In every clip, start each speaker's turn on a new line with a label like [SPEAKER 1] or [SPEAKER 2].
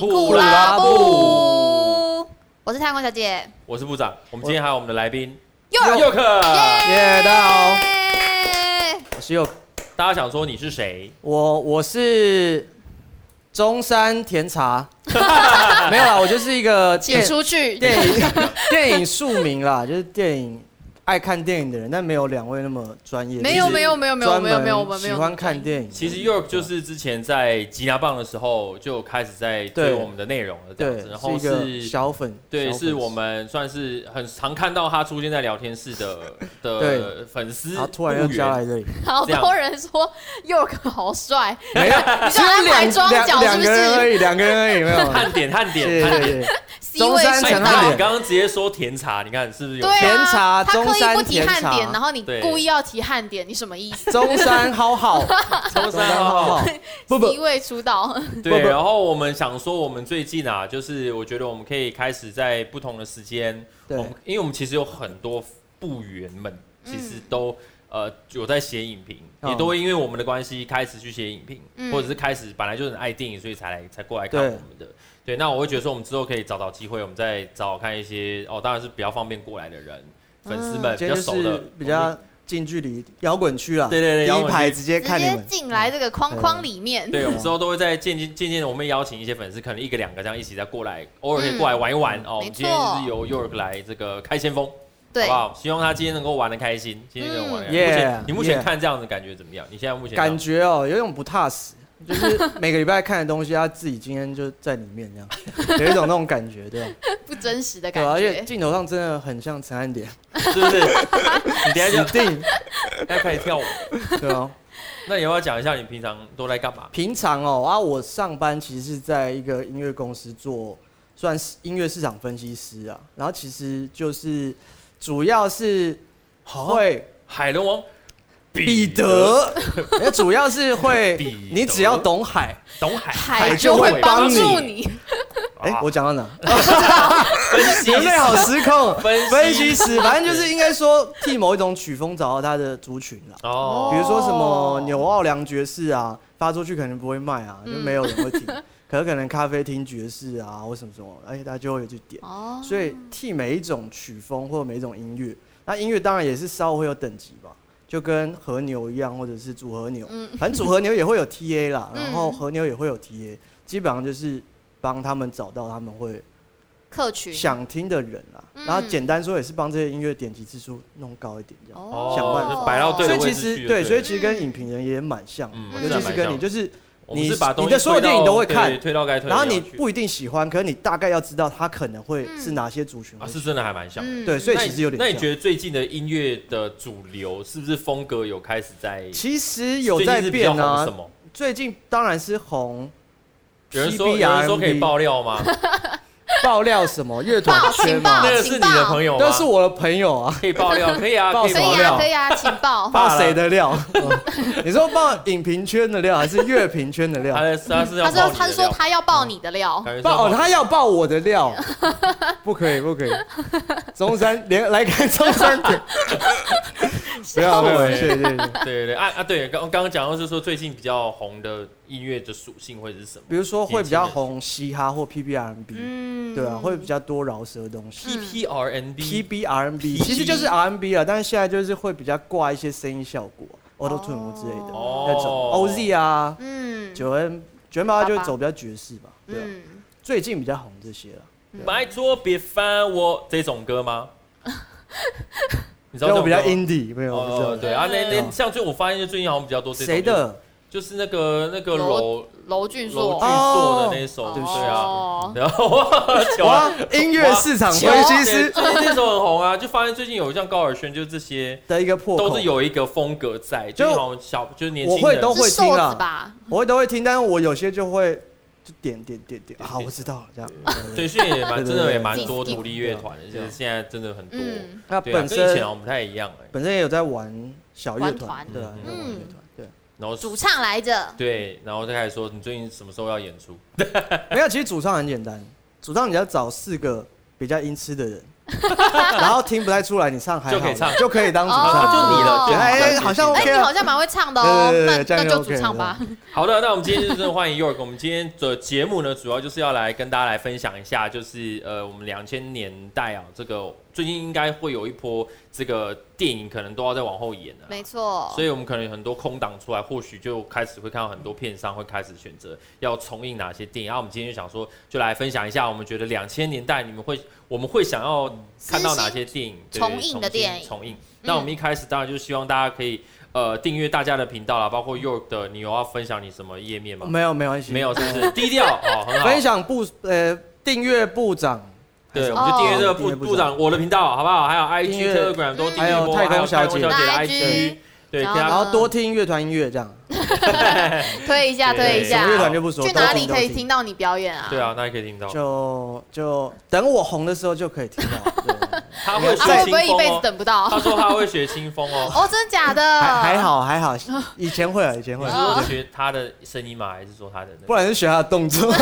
[SPEAKER 1] 布
[SPEAKER 2] 拉
[SPEAKER 1] 布，我是太空小姐。
[SPEAKER 2] 我是部长，我们今天还有我们的来宾
[SPEAKER 1] 又
[SPEAKER 2] 佑克。
[SPEAKER 3] 耶，大家好，
[SPEAKER 1] 耶
[SPEAKER 3] 我是佑，
[SPEAKER 2] 大家想说你是谁？
[SPEAKER 3] 我我是中山 甜茶，没有啦，我就是一个
[SPEAKER 1] 请
[SPEAKER 3] 电
[SPEAKER 1] 出去。
[SPEAKER 3] 电影电影庶民啦，就是电影爱看电影的人，但没有两位那么专业。
[SPEAKER 1] 没有
[SPEAKER 3] 就是
[SPEAKER 1] 没有没有没有
[SPEAKER 3] 专门
[SPEAKER 1] 没有没有我们没有
[SPEAKER 3] 喜欢看电影。
[SPEAKER 2] 其实 York 就是之前在吉拿棒的时候就开始在追
[SPEAKER 3] 对
[SPEAKER 2] 我们的内容了，这样
[SPEAKER 3] 对
[SPEAKER 2] 子。然后
[SPEAKER 3] 是一个
[SPEAKER 2] 是，
[SPEAKER 3] 小粉，
[SPEAKER 2] 对，
[SPEAKER 3] 小粉
[SPEAKER 2] 是我们算是很常看到他出现在聊天室 的的
[SPEAKER 3] 对
[SPEAKER 2] 粉丝
[SPEAKER 3] 啊，突然又
[SPEAKER 2] 入
[SPEAKER 3] 加
[SPEAKER 2] 园
[SPEAKER 3] 来这里，
[SPEAKER 1] 好
[SPEAKER 2] 这样
[SPEAKER 1] 多人说 York 好 帅，
[SPEAKER 3] 没有，
[SPEAKER 1] 只有来装脚是
[SPEAKER 3] 两
[SPEAKER 1] 不
[SPEAKER 3] 个人而
[SPEAKER 1] 是
[SPEAKER 3] 已，两个人而已，没 有。
[SPEAKER 2] 看点看
[SPEAKER 3] 对
[SPEAKER 2] 点看
[SPEAKER 3] 对
[SPEAKER 2] 点。
[SPEAKER 3] 对，
[SPEAKER 1] ？C 位
[SPEAKER 3] 中山
[SPEAKER 2] 哎
[SPEAKER 1] 出
[SPEAKER 3] 陈
[SPEAKER 1] 道
[SPEAKER 3] 汉。
[SPEAKER 2] 那
[SPEAKER 3] 典
[SPEAKER 2] 你刚刚直接说甜茶，你看是不是有？
[SPEAKER 1] 对
[SPEAKER 3] 甜
[SPEAKER 1] 啊，
[SPEAKER 3] 茶
[SPEAKER 1] 他刻
[SPEAKER 3] 中
[SPEAKER 1] 意
[SPEAKER 3] 山
[SPEAKER 1] 不提汉
[SPEAKER 3] 甜
[SPEAKER 1] 典，
[SPEAKER 3] 茶
[SPEAKER 1] 然后你
[SPEAKER 2] 对
[SPEAKER 1] 故意要提汉典，你什么意思
[SPEAKER 3] 中山浩浩，
[SPEAKER 2] 中山浩浩。
[SPEAKER 3] 不不
[SPEAKER 1] ？C，位出道，
[SPEAKER 2] 对，
[SPEAKER 3] 不不
[SPEAKER 2] 然后我们想说，我们最近啊，就是我觉得我们可以开始在不同的时间，我
[SPEAKER 3] 对
[SPEAKER 2] 们因为我们其实有很多部员们，其实都、呃有在写影评，
[SPEAKER 3] 哦
[SPEAKER 2] 也都会因为我们的关系开始去写影评，
[SPEAKER 1] 嗯
[SPEAKER 2] 或者是开始本来就很爱电影，所以才来才过来看我
[SPEAKER 3] 对
[SPEAKER 2] 们的。对，那我会觉得说，我们之后可以找到机会，我们再找找看一些哦，当然是比较方便过来的人，粉丝们比
[SPEAKER 3] 今
[SPEAKER 2] 较
[SPEAKER 3] 天就
[SPEAKER 2] 熟的
[SPEAKER 3] 是，比较近距离摇滚区啦，
[SPEAKER 2] 对对对摇
[SPEAKER 3] 第
[SPEAKER 2] 滚
[SPEAKER 3] 一
[SPEAKER 2] 区
[SPEAKER 3] 排直接
[SPEAKER 1] 直
[SPEAKER 3] 看你
[SPEAKER 1] 接
[SPEAKER 3] 们，
[SPEAKER 1] 进来这个框框里面。
[SPEAKER 2] 对，我们之后都会在渐渐渐渐，我们也邀请一些粉丝，可能一个两个这样一起再过来，偶尔可以过来玩一玩、哦。我
[SPEAKER 1] 嗯没
[SPEAKER 2] 们
[SPEAKER 1] 错
[SPEAKER 2] 今天就是由 York 来这个开先锋，好
[SPEAKER 1] 对
[SPEAKER 2] 不，好？希望他今天能够玩的开心，今天能够玩的、
[SPEAKER 3] 嗯
[SPEAKER 2] 目前
[SPEAKER 3] Yeah，
[SPEAKER 2] 你目前
[SPEAKER 3] yeah
[SPEAKER 2] 看这样的感觉怎么样？你现在目前
[SPEAKER 3] 感觉哦、有一种不踏实，就是每个礼拜看的东西，他自己今天就在里面这 样，有一种那种感觉，对吧？
[SPEAKER 1] 不真实的
[SPEAKER 3] 对
[SPEAKER 1] 感
[SPEAKER 3] 啊，而且
[SPEAKER 1] 觉。
[SPEAKER 3] 镜头上真的很像陈汉典，
[SPEAKER 2] 是不是？你 等一下
[SPEAKER 3] 一
[SPEAKER 2] 就
[SPEAKER 3] 定，
[SPEAKER 2] 大家开始跳舞，
[SPEAKER 3] 对啊。
[SPEAKER 2] 那你要不要讲一下你平常都在干嘛？
[SPEAKER 3] 平常哦、啊，我上班其实是在一个音乐公司做，算是音乐市场分析师啊，然后其实就是主要是
[SPEAKER 2] 啊
[SPEAKER 3] 会。
[SPEAKER 2] 海龙王
[SPEAKER 3] 彼得，那 主要是会
[SPEAKER 2] 彼得，
[SPEAKER 3] 你只要懂海，
[SPEAKER 2] 懂海，
[SPEAKER 1] 海
[SPEAKER 3] 就
[SPEAKER 1] 会
[SPEAKER 3] 会
[SPEAKER 1] 帮
[SPEAKER 3] 帮
[SPEAKER 1] 助
[SPEAKER 3] 你
[SPEAKER 1] 你，
[SPEAKER 3] 哎、我讲到哪？
[SPEAKER 2] 啊 分析
[SPEAKER 3] 人类好失控，
[SPEAKER 2] 分析
[SPEAKER 3] 分析师，反正就是应该说替某一种曲风找到它的族群啦。
[SPEAKER 2] 哦
[SPEAKER 3] 比如说什么
[SPEAKER 1] 哦
[SPEAKER 3] 纽奥良爵士啊，发出去可能不会卖啊，就
[SPEAKER 2] 嗯
[SPEAKER 3] 没有人会听。可是可能咖啡厅爵士啊，或什么什么，哎，大家就会去点。
[SPEAKER 1] 哦，
[SPEAKER 3] 所以替每一种曲风或每一种音乐，那音乐当然也是稍微会有等级吧，就跟和牛一样，或者是组合牛，反正组合牛也会有 TA 啦，
[SPEAKER 1] 嗯
[SPEAKER 3] 然后和牛也会有 TA，基本上就是帮他们找到他们会
[SPEAKER 1] 客群
[SPEAKER 3] 想听的人啦，
[SPEAKER 1] 嗯
[SPEAKER 3] 然后简单说也是帮这些音乐点击次数弄高一点这样。
[SPEAKER 1] 哦
[SPEAKER 3] 想办法
[SPEAKER 2] 就摆到对
[SPEAKER 3] 所
[SPEAKER 2] 的
[SPEAKER 3] 以
[SPEAKER 2] 位
[SPEAKER 3] 其
[SPEAKER 2] 置
[SPEAKER 3] 实
[SPEAKER 2] 去。
[SPEAKER 3] 对，所以
[SPEAKER 2] 不
[SPEAKER 3] 其实跟影评人也蛮像
[SPEAKER 2] 嗯，
[SPEAKER 3] 尤其是跟你就是。
[SPEAKER 2] 我们
[SPEAKER 3] 你
[SPEAKER 2] 是把东西
[SPEAKER 3] 你的所有
[SPEAKER 2] 推到
[SPEAKER 3] 电影都会看
[SPEAKER 2] 对推到该推的
[SPEAKER 3] 然后
[SPEAKER 2] 地方去。
[SPEAKER 3] 你不一定喜欢，可是你大概要知道他可能会是哪些族群
[SPEAKER 2] 啊，
[SPEAKER 3] 会
[SPEAKER 2] 是真的还蛮像的。
[SPEAKER 1] 嗯
[SPEAKER 3] 对所以
[SPEAKER 2] 那
[SPEAKER 3] 其
[SPEAKER 2] 你
[SPEAKER 3] 实有点
[SPEAKER 2] 那你
[SPEAKER 3] 像
[SPEAKER 2] 觉得最近的音乐的主流是不是风格有开始在？
[SPEAKER 3] 其实有
[SPEAKER 2] 最近
[SPEAKER 3] 在
[SPEAKER 2] 是比较
[SPEAKER 3] 变
[SPEAKER 2] 红
[SPEAKER 3] 啊
[SPEAKER 2] 什，么？
[SPEAKER 3] 最近当然是红 CBRMB。
[SPEAKER 2] 有人说有人说可以爆料 吗？
[SPEAKER 3] 爆料什么乐
[SPEAKER 1] 报
[SPEAKER 3] 团圈
[SPEAKER 1] 情
[SPEAKER 3] 嘛
[SPEAKER 1] 报，
[SPEAKER 2] 那个是你的朋友吗？
[SPEAKER 3] 那是我的朋友啊，
[SPEAKER 2] 可以爆 料，可以啊，
[SPEAKER 3] 爆
[SPEAKER 2] 可以
[SPEAKER 1] 可
[SPEAKER 3] 什么
[SPEAKER 2] 爆
[SPEAKER 1] 以啊，
[SPEAKER 2] 料。
[SPEAKER 3] 料
[SPEAKER 1] 可以 啊，请报。
[SPEAKER 2] 爆
[SPEAKER 3] 爆谁的料？ 你说爆影评圈的料还是乐评圈的
[SPEAKER 2] 他
[SPEAKER 3] 料？
[SPEAKER 2] 的他是要
[SPEAKER 1] 他说
[SPEAKER 2] 爆你的料
[SPEAKER 1] 他是说他要爆你的料，
[SPEAKER 2] 感觉是
[SPEAKER 3] 啊爆哦，
[SPEAKER 2] 你
[SPEAKER 3] 他要爆我的料，不可以不可以。中山连来看中 山点，不要不要，
[SPEAKER 2] 死
[SPEAKER 3] 谢谢谢谢。
[SPEAKER 2] 对对对啊啊对，刚刚刚讲到是说最近比较红的音乐的属性会是什么
[SPEAKER 3] 比如说会比较红嘻哈或 PBRNB，
[SPEAKER 1] 嗯
[SPEAKER 3] 对啊，会比较多饶舌的东西。
[SPEAKER 2] ？P P E R N B
[SPEAKER 3] PBRNB 其实就是 RNB 了，但是现在就是会比较挂一些声音效果，Auto Tune 之类的
[SPEAKER 2] 哦
[SPEAKER 3] 那种，OZ 啊，
[SPEAKER 1] 嗯
[SPEAKER 3] 九 N 九 N 八就会走比较爵士吧，对啊，
[SPEAKER 1] 嗯，
[SPEAKER 3] 最近比较红这些了。
[SPEAKER 2] 拜托别烦我这种歌 吗？你知道
[SPEAKER 3] 但
[SPEAKER 2] 这
[SPEAKER 3] 我
[SPEAKER 2] 种
[SPEAKER 3] 比较
[SPEAKER 2] 歌吗
[SPEAKER 3] indie，没有，我不知
[SPEAKER 2] 哦，
[SPEAKER 3] 道
[SPEAKER 2] 对啊，那那
[SPEAKER 3] 嗯
[SPEAKER 2] 像最我发现就最近好像比较多这种
[SPEAKER 3] 谁的
[SPEAKER 2] 就是那个那个
[SPEAKER 1] 罗
[SPEAKER 2] 楼
[SPEAKER 1] 楼俊硕
[SPEAKER 2] 楼俊，硕的那一首，
[SPEAKER 1] 哦
[SPEAKER 2] 对不
[SPEAKER 3] 对不
[SPEAKER 2] 对
[SPEAKER 3] 起
[SPEAKER 2] 啊？
[SPEAKER 1] 哦
[SPEAKER 2] 然后我求
[SPEAKER 3] 哇
[SPEAKER 2] 啊，，
[SPEAKER 3] 音乐市场
[SPEAKER 1] 球
[SPEAKER 3] 分析
[SPEAKER 2] 对
[SPEAKER 3] 师
[SPEAKER 2] 最近这首很红啊，就发现最近有像高尔宣，就这些
[SPEAKER 3] 的一个破口
[SPEAKER 2] 都是，有一个风格在，
[SPEAKER 3] 就
[SPEAKER 2] 就是好像小就是年
[SPEAKER 3] 我
[SPEAKER 2] 轻
[SPEAKER 3] 会
[SPEAKER 2] 人
[SPEAKER 3] 都会
[SPEAKER 1] 是
[SPEAKER 3] 听
[SPEAKER 1] 瘦
[SPEAKER 3] 啊
[SPEAKER 1] 子吧？
[SPEAKER 3] 我会都会听，但是我有些就会就点点点点，好，我知道了，这样。
[SPEAKER 2] 对，所以也蛮
[SPEAKER 3] 对对
[SPEAKER 2] 真的也蛮
[SPEAKER 1] 对
[SPEAKER 2] 多
[SPEAKER 1] 对
[SPEAKER 2] 独立乐团的，就是现在真的很多。
[SPEAKER 1] 嗯，
[SPEAKER 3] 那
[SPEAKER 2] 对啊，
[SPEAKER 3] 本
[SPEAKER 2] 跟以前
[SPEAKER 3] 身
[SPEAKER 2] 好像不太一样哎。
[SPEAKER 3] 本身也有在玩小乐
[SPEAKER 1] 玩
[SPEAKER 3] 团
[SPEAKER 1] 团，
[SPEAKER 3] 对啊，有在玩乐
[SPEAKER 1] 嗯
[SPEAKER 3] 团，对。
[SPEAKER 2] 然后
[SPEAKER 1] 主唱来着，
[SPEAKER 2] 对，然后就开始说你最近什么时候要演出？
[SPEAKER 3] 没有，其实主唱很简单，主唱你要找四个比较音痴的人，然后听不太出来你唱还好
[SPEAKER 2] 就可以唱
[SPEAKER 3] 就可以当主唱，
[SPEAKER 1] 哦就你了
[SPEAKER 3] 对
[SPEAKER 1] 就
[SPEAKER 2] 你
[SPEAKER 3] 哎，
[SPEAKER 2] 了
[SPEAKER 3] 好像
[SPEAKER 1] 哎，
[SPEAKER 3] OK
[SPEAKER 1] 你
[SPEAKER 3] 啊
[SPEAKER 1] 好。像蛮会唱的哦，
[SPEAKER 3] 对对对
[SPEAKER 1] 那
[SPEAKER 3] 这样
[SPEAKER 1] 那
[SPEAKER 3] 就
[SPEAKER 1] 就
[SPEAKER 3] OK
[SPEAKER 1] 主唱吧。
[SPEAKER 2] 好的，那我们今天就是欢迎 York。我们今天的节目呢，主要就是要来跟大家来分享一下，就是呃，我们两千年代啊，这个最近应该会有一波这个电影可能都要再往后演啊了、
[SPEAKER 1] 没错
[SPEAKER 2] 所，以我们可能有很多空档出来，或许就开始会看到很多片商会开始选择要重映哪些电影。然后我们今天就想说，就来分享一下，我们觉得两千年代你们会我们会想要看到哪些电影对
[SPEAKER 1] 重映的电影
[SPEAKER 2] 重映。那我们一开始当然就希望大家可以呃订阅大家的频道啦，包括 York 的，你有要分享你什么页面吗？
[SPEAKER 3] 没有没有关系，
[SPEAKER 2] 没有，是 不是低调哦，很好。
[SPEAKER 3] 分享部呃订阅部长，
[SPEAKER 2] 对，我们就订阅这个
[SPEAKER 3] 哦订
[SPEAKER 2] 部
[SPEAKER 3] 阅部
[SPEAKER 2] 部长我的频道，好不好？还有 IG、
[SPEAKER 3] 订阅
[SPEAKER 2] Telegram 都
[SPEAKER 1] 嗯
[SPEAKER 2] 订阅过，
[SPEAKER 3] 还有太空
[SPEAKER 2] 小
[SPEAKER 3] 小
[SPEAKER 2] 姐
[SPEAKER 3] 姐
[SPEAKER 2] 的
[SPEAKER 1] 来
[SPEAKER 2] IG，
[SPEAKER 1] IG
[SPEAKER 2] 对，
[SPEAKER 1] 然
[SPEAKER 2] 跟
[SPEAKER 1] 后
[SPEAKER 2] 他
[SPEAKER 3] 然后多听乐团音乐这样。
[SPEAKER 1] 推一下，
[SPEAKER 2] 对
[SPEAKER 1] 推一
[SPEAKER 3] 什
[SPEAKER 1] 下
[SPEAKER 3] 么。乐团就不说，
[SPEAKER 1] 去
[SPEAKER 3] 都
[SPEAKER 1] 哪里
[SPEAKER 3] 都
[SPEAKER 1] 可以听到你表演啊？
[SPEAKER 2] 对，啊，那也可以听到。
[SPEAKER 3] 就就等我红的时候就可以听 到，对
[SPEAKER 2] 他会
[SPEAKER 1] 啊
[SPEAKER 2] 学
[SPEAKER 1] 会不
[SPEAKER 2] 清
[SPEAKER 1] 会一
[SPEAKER 2] 风
[SPEAKER 1] 辈子
[SPEAKER 2] 哦，
[SPEAKER 1] 等不到
[SPEAKER 2] 他？说他会学清风哦。
[SPEAKER 1] 哦，真的假的？
[SPEAKER 3] 还还。好还好，以前会啊，以前
[SPEAKER 2] 你
[SPEAKER 3] 会
[SPEAKER 2] 是
[SPEAKER 3] 啊，
[SPEAKER 2] 说学他的声音吗？还是说他的那
[SPEAKER 3] 不然就学他的动作。
[SPEAKER 2] 个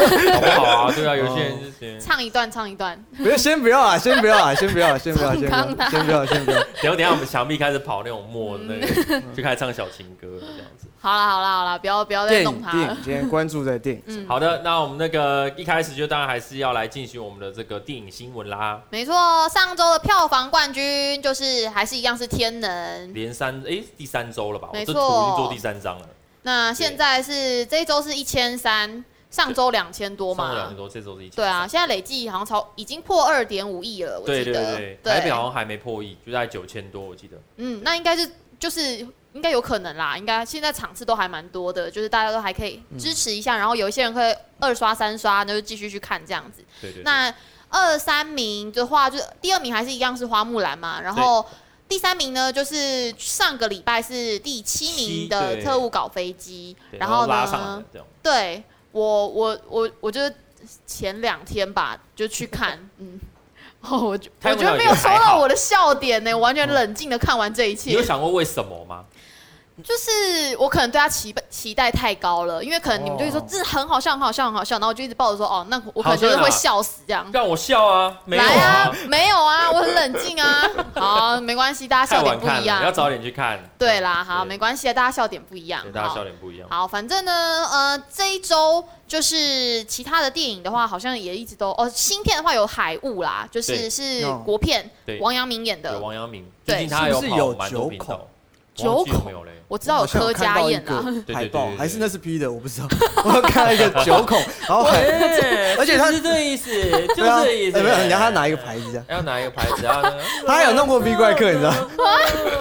[SPEAKER 2] 好不好啊？对啊，有些人是学，
[SPEAKER 1] 唱一段，唱一段。
[SPEAKER 3] 不要，先不要啊，先不要啊，先不要啊，先不要啊，先不要啊，先不要啊，先不要啊。
[SPEAKER 2] 然后等一下我们墙壁开始跑那种默那个，
[SPEAKER 1] 嗯
[SPEAKER 2] 就开始唱小情歌了这样子。
[SPEAKER 1] 好啦好啦好啦，不要不要再
[SPEAKER 3] 电
[SPEAKER 1] 弄
[SPEAKER 3] 影
[SPEAKER 1] 他
[SPEAKER 3] 电
[SPEAKER 1] 了
[SPEAKER 3] 影，。今天关注在电影。
[SPEAKER 1] 嗯，
[SPEAKER 2] 好的，那我们那个一开始就当然还是要来进行我们的这个电影新闻啦。
[SPEAKER 1] 没错，上周的票房冠军就是还是一样是天能。
[SPEAKER 2] 连三诶，第三周了吧？我
[SPEAKER 1] 嗯没
[SPEAKER 2] 这
[SPEAKER 1] 错
[SPEAKER 2] 图已经做第三张了，
[SPEAKER 1] 那现在是这一周是一千三，上周两千多
[SPEAKER 2] 上了两
[SPEAKER 1] 嘛
[SPEAKER 2] 周，。这周是一千。
[SPEAKER 1] 对啊，现在累计好像超已经破二点五亿了，我
[SPEAKER 2] 对
[SPEAKER 1] 记
[SPEAKER 2] 对
[SPEAKER 1] 得。
[SPEAKER 2] 对，台北好像还没破亿，就在九千多，我记得。
[SPEAKER 1] 嗯，那应该是就是应该有可能啦，应该现在场次都还蛮多的，就是大家都还可以支持一
[SPEAKER 2] 嗯
[SPEAKER 1] 下，然后有一些人会二刷三刷，那就继续去看这样子。
[SPEAKER 2] 对对。对
[SPEAKER 1] 那二三名的话，就是第二名还是一样是花木兰嘛，然后。第三名呢，就是上个礼拜是第七名的
[SPEAKER 2] 七对
[SPEAKER 1] 特务搞飞机，
[SPEAKER 2] 对
[SPEAKER 1] 然
[SPEAKER 2] 然
[SPEAKER 1] 后
[SPEAKER 2] 后
[SPEAKER 1] 呢，
[SPEAKER 2] 拉上来这样。
[SPEAKER 1] 对我，我，我，我就是前两天吧，就去 看，嗯，哦，我觉
[SPEAKER 2] 开
[SPEAKER 1] 我
[SPEAKER 2] 幕
[SPEAKER 1] 觉得
[SPEAKER 2] 那
[SPEAKER 1] 没
[SPEAKER 2] 个
[SPEAKER 1] 有
[SPEAKER 2] 也
[SPEAKER 1] 戳
[SPEAKER 2] 还
[SPEAKER 1] 到
[SPEAKER 2] 好嗯
[SPEAKER 1] 我的笑点呢，我完全冷静的看完这一
[SPEAKER 2] 你
[SPEAKER 1] 切
[SPEAKER 2] 有。想过为什么吗？
[SPEAKER 1] 就是我可能对他期期待太高了，因为可能你们就会说、
[SPEAKER 3] 哦
[SPEAKER 1] 这很好笑，很好笑，很好笑，然后我就一直抱着说哦，那我可能
[SPEAKER 2] 好看啊
[SPEAKER 1] 就是会笑死这样。
[SPEAKER 2] 让我笑啊， 没有
[SPEAKER 1] 来
[SPEAKER 2] 啊，，
[SPEAKER 1] 没有啊，我很冷静 啊。好，没关系，大家
[SPEAKER 2] 太
[SPEAKER 1] 啊笑点
[SPEAKER 2] 晚
[SPEAKER 1] 不
[SPEAKER 2] 看
[SPEAKER 1] 一
[SPEAKER 2] 了，要
[SPEAKER 1] 样。
[SPEAKER 2] 早点去看。
[SPEAKER 1] 对啦，好，
[SPEAKER 2] 对
[SPEAKER 1] 没关系，大家笑点不一样
[SPEAKER 2] 对。大家
[SPEAKER 1] 好
[SPEAKER 2] 笑，点不一样。
[SPEAKER 1] 好，反正呢，呃，这一周就是其他的电影的话，好像也一直都哦，新片的话有《海雾》啦，就是
[SPEAKER 2] 对
[SPEAKER 1] 是
[SPEAKER 3] 哦
[SPEAKER 1] 国片
[SPEAKER 2] 对，
[SPEAKER 1] 王阳明演
[SPEAKER 2] 有
[SPEAKER 1] 的。
[SPEAKER 2] 王阳明，
[SPEAKER 1] 对
[SPEAKER 2] 最近他
[SPEAKER 3] 是不是
[SPEAKER 2] 跑
[SPEAKER 3] 有
[SPEAKER 2] 蛮
[SPEAKER 3] 九
[SPEAKER 2] 多频道
[SPEAKER 3] 孔，
[SPEAKER 1] 九
[SPEAKER 2] 我忘记有
[SPEAKER 1] 孔
[SPEAKER 2] 没有 嘞？
[SPEAKER 1] 我知道有柯佳啊燕啦，
[SPEAKER 2] 对
[SPEAKER 3] 海
[SPEAKER 2] 对
[SPEAKER 3] 报
[SPEAKER 2] 对对
[SPEAKER 3] 还是那是 P 的，我不知道。 我看到一个九孔，然后很，哎而且他
[SPEAKER 2] 是这意思，就
[SPEAKER 3] 对啊，
[SPEAKER 2] 这意
[SPEAKER 3] 哎
[SPEAKER 2] 思。
[SPEAKER 3] 没有，人家他拿一个牌子这样，
[SPEAKER 2] 要拿一个牌子，然后呢？
[SPEAKER 3] 他还有弄过 V 怪客，你知道？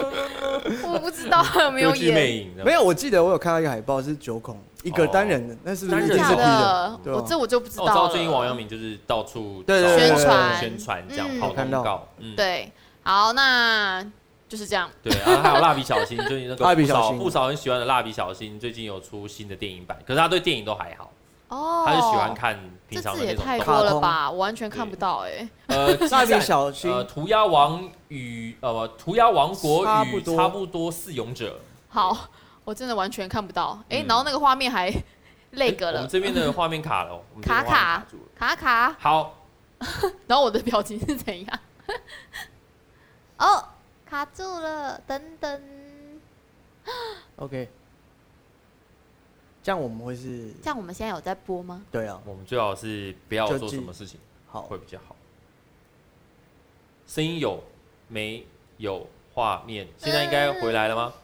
[SPEAKER 1] 我不知道有没有
[SPEAKER 2] 歌剧
[SPEAKER 1] 演。
[SPEAKER 2] 魅影，
[SPEAKER 3] 没有，我记得我有看到一个海报是九孔，一个单人的，那是不
[SPEAKER 2] 单
[SPEAKER 3] 是
[SPEAKER 2] 人
[SPEAKER 3] 真
[SPEAKER 2] 的
[SPEAKER 1] 假
[SPEAKER 3] 是 P 的？
[SPEAKER 1] 哦的，
[SPEAKER 3] 对啊
[SPEAKER 1] 我这我就不知道
[SPEAKER 2] 哦我知道
[SPEAKER 1] 了。
[SPEAKER 2] 最近王阳明就是到处
[SPEAKER 3] 对对
[SPEAKER 2] 找
[SPEAKER 3] 对
[SPEAKER 1] 宣传
[SPEAKER 2] 宣传这样
[SPEAKER 1] 嗯
[SPEAKER 2] 跑
[SPEAKER 3] 看
[SPEAKER 2] 广
[SPEAKER 3] 到
[SPEAKER 2] 告，嗯，
[SPEAKER 1] 对，好，那就是这样。
[SPEAKER 2] 对，然后还有蜡笔小新，最近那个
[SPEAKER 3] 蜡笔
[SPEAKER 2] 不
[SPEAKER 3] 小
[SPEAKER 2] 少
[SPEAKER 3] 新
[SPEAKER 2] 不少很喜欢的蜡笔小新，最近有出新的电影版，可是他对电影都还好，
[SPEAKER 1] 哦，
[SPEAKER 2] 他就喜欢看
[SPEAKER 1] 这
[SPEAKER 2] 平常
[SPEAKER 1] 字
[SPEAKER 2] 的
[SPEAKER 1] 也
[SPEAKER 2] 那
[SPEAKER 1] 太
[SPEAKER 2] 种
[SPEAKER 1] 多
[SPEAKER 2] 动
[SPEAKER 1] 了吧，我完全看不到哎。
[SPEAKER 2] 呃，
[SPEAKER 3] 蜡
[SPEAKER 2] 激
[SPEAKER 3] 笔
[SPEAKER 2] 战
[SPEAKER 3] 小新
[SPEAKER 2] 呃，涂鸦王与呃，涂鸦王国
[SPEAKER 3] 差
[SPEAKER 2] 与
[SPEAKER 3] 不多
[SPEAKER 2] 差不多四勇者。
[SPEAKER 1] 好，我真的完全看不到哎
[SPEAKER 2] 嗯，
[SPEAKER 1] 然后那个画面还 那个
[SPEAKER 2] 我
[SPEAKER 1] 了
[SPEAKER 2] 们，这边的画面卡了哦，我们这
[SPEAKER 1] 卡
[SPEAKER 2] 边画面卡
[SPEAKER 1] 卡
[SPEAKER 2] 住了。
[SPEAKER 1] 卡卡，
[SPEAKER 2] 好，
[SPEAKER 1] 然后我的表情是怎样？ 哦，卡住了，等等。
[SPEAKER 3] OK，这样我们会是，
[SPEAKER 1] 这样我们现在有在播吗？
[SPEAKER 3] 对啊，
[SPEAKER 2] 我们最好是不要
[SPEAKER 3] 就
[SPEAKER 2] 做
[SPEAKER 3] 记
[SPEAKER 2] 什么事情
[SPEAKER 3] 好
[SPEAKER 2] 会比较好。声音有没有画面？现在应该回来了吗？
[SPEAKER 1] 嗯